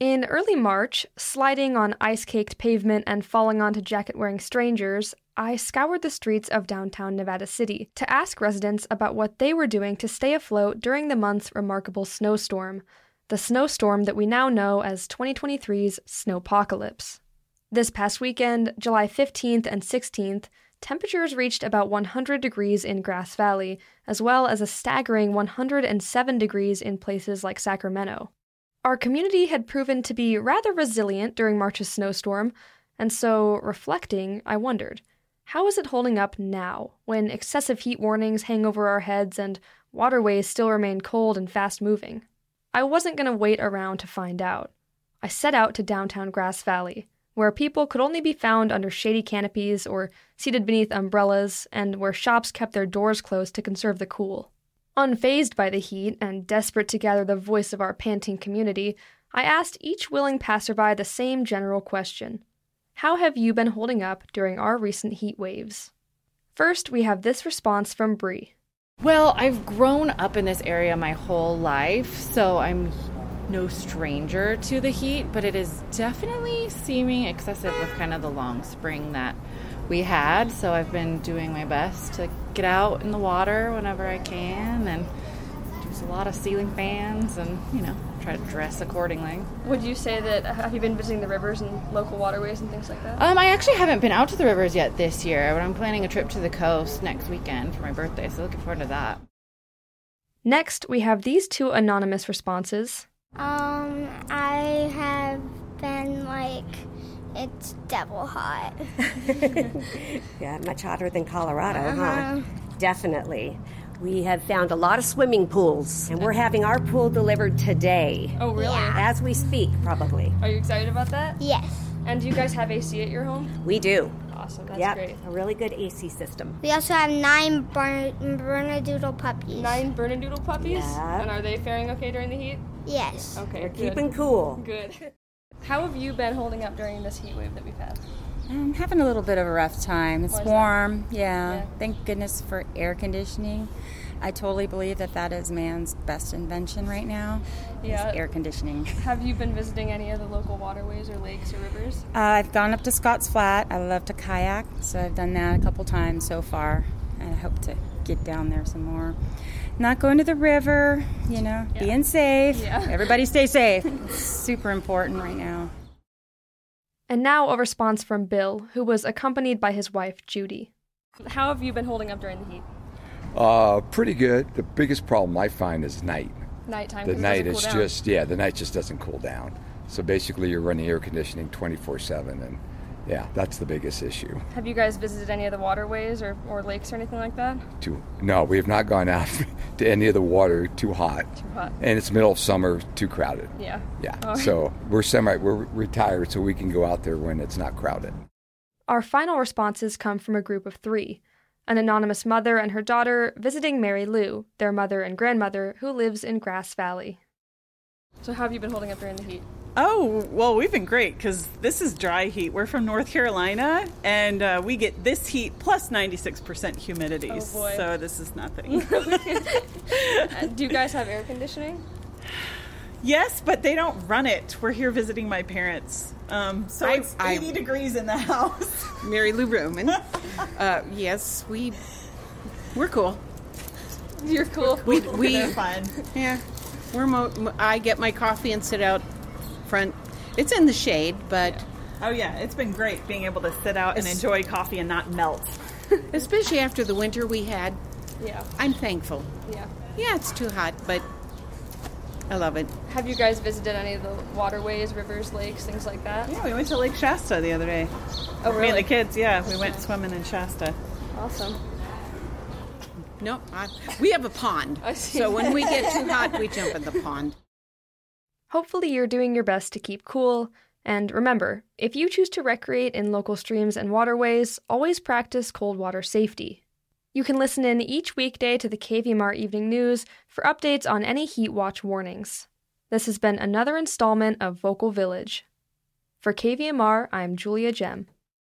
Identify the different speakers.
Speaker 1: In early March, sliding on ice caked pavement and falling onto jacket wearing strangers, I scoured the streets of downtown Nevada City to ask residents about what they were doing to stay afloat during the month's remarkable snowstorm, the snowstorm that we now know as 2023's snowpocalypse. This past weekend, July 15th and 16th, temperatures reached about 100 degrees in Grass Valley, as well as a staggering 107 degrees in places like Sacramento. Our community had proven to be rather resilient during March's snowstorm, and so, reflecting, I wondered how is it holding up now, when excessive heat warnings hang over our heads and waterways still remain cold and fast moving? I wasn't going to wait around to find out. I set out to downtown Grass Valley, where people could only be found under shady canopies or seated beneath umbrellas, and where shops kept their doors closed to conserve the cool. Unfazed by the heat and desperate to gather the voice of our panting community, I asked each willing passerby the same general question How have you been holding up during our recent heat waves? First, we have this response from Bree.
Speaker 2: Well, I've grown up in this area my whole life, so I'm no stranger to the heat, but it is definitely seeming excessive with kind of the long spring that we had. So I've been doing my best to get out in the water whenever I can and use a lot of ceiling fans and, you know, try to dress accordingly.
Speaker 3: Would you say that uh, have you been visiting the rivers and local waterways and things like that?
Speaker 2: Um, I actually haven't been out to the rivers yet this year, but I'm planning a trip to the coast next weekend for my birthday, so looking forward to that.
Speaker 1: Next, we have these two anonymous responses.
Speaker 4: Um, I have been like, it's devil hot.
Speaker 5: yeah, much hotter than Colorado,
Speaker 3: Uh-huh.
Speaker 5: huh? Definitely. We have found a lot of swimming pools, and we're having our pool delivered today,
Speaker 3: Oh, really?
Speaker 5: as we speak, probably.
Speaker 3: Are you excited about that?
Speaker 4: Yes.
Speaker 3: And do you guys have AC at your home?
Speaker 5: We do.
Speaker 3: Awesome. That's
Speaker 5: yep,
Speaker 3: great.
Speaker 5: a really good AC system.
Speaker 4: We also have nine Bern- Bernedoodle puppies.
Speaker 3: Nine Bernedoodle puppies?
Speaker 5: Yeah.
Speaker 3: And are they faring okay during the heat?
Speaker 4: Yes.
Speaker 3: Okay, good.
Speaker 5: Keeping cool.
Speaker 3: good. How have you been holding up during this heat wave that we've had?
Speaker 6: I'm having a little bit of a rough time. It's
Speaker 3: Why Oh, is that?
Speaker 6: warm, yeah.
Speaker 3: Yeah.
Speaker 6: Thank goodness for air conditioning. I totally believe that that is man's best invention right now. is
Speaker 3: Yeah.
Speaker 6: air conditioning.
Speaker 3: Have you been visiting any of the local waterways or lakes or rivers?
Speaker 6: Uh, I've gone up to Scott's Flat. I love to kayak, so I've done that a couple times so far, and I hope to get down there some more. Not going to the river, you know, being safe.
Speaker 3: Yeah.
Speaker 6: Everybody stay safe. It's super important right now.
Speaker 1: And now a response from Bill, who was accompanied by his wife, Judy.
Speaker 3: How have you been holding up during the heat?
Speaker 7: Uh, pretty good. The biggest problem I find is night.
Speaker 3: Nighttime.
Speaker 7: The
Speaker 3: 'cause it doesn't
Speaker 7: night
Speaker 3: cool
Speaker 7: is
Speaker 3: down.
Speaker 7: just yeah, the night just doesn't cool down. So basically, you're running air conditioning 24/7, and yeah, that's the biggest issue.
Speaker 3: Have you guys visited any of the waterways or, or lakes or anything like that?
Speaker 7: Too no, we have not gone out to any of the water. Too hot. Too
Speaker 3: hot.
Speaker 7: And it's middle of summer. Too crowded.
Speaker 3: Yeah.
Speaker 7: Yeah.
Speaker 3: Oh.
Speaker 7: So we're semi we're retired, so we can go out there when it's not crowded.
Speaker 1: Our final responses come from a group of three an anonymous mother and her daughter visiting Mary Lou, their mother and grandmother, who lives in Grass Valley.
Speaker 3: So how have you been holding up during the heat?
Speaker 8: Oh, well, we've been great because this is dry heat. We're from North Carolina and uh, we get this heat plus 96% humidity.
Speaker 3: Oh, boy.
Speaker 8: So this is nothing.
Speaker 3: Uh, Do you guys have air conditioning?
Speaker 8: yes, but they don't run it. We're here visiting my parents. Um, so
Speaker 9: I-
Speaker 8: it's
Speaker 9: I-
Speaker 8: 80 degrees in the house.
Speaker 9: Mary Lou Roman. uh, yes, we we're cool.
Speaker 3: You're cool.
Speaker 9: We we
Speaker 8: They're fun.
Speaker 9: yeah. We're mo- mo- I get my coffee and sit out front. It's in the shade, but
Speaker 8: Oh, yeah. It's been great being able to sit out and
Speaker 9: It's-
Speaker 8: enjoy coffee and not melt.
Speaker 9: especially after the winter we had,
Speaker 3: Yeah.
Speaker 9: I'm thankful.
Speaker 3: Yeah.
Speaker 9: Yeah, it's too hot, but I love it.
Speaker 3: Have you guys visited any of the waterways, rivers, lakes, things like that?
Speaker 8: Yeah, Oh, we went to Lake Shasta the other day.
Speaker 3: Oh,
Speaker 8: Me and
Speaker 3: really?
Speaker 8: the kids, yeah. We went swimming in Shasta.
Speaker 3: Awesome.
Speaker 9: No, I, we have a pond.
Speaker 3: I see.
Speaker 9: So when we get too hot, we jump in the pond.
Speaker 1: Hopefully, you're doing your best to keep cool. And remember, if you choose to recreate in local streams and waterways, always practice cold water safety. You can listen in each weekday to the KVMR Evening News for updates on any heat watch warnings. This has been another installment of Vocal Village. For KVMR, I'm Julia Gem.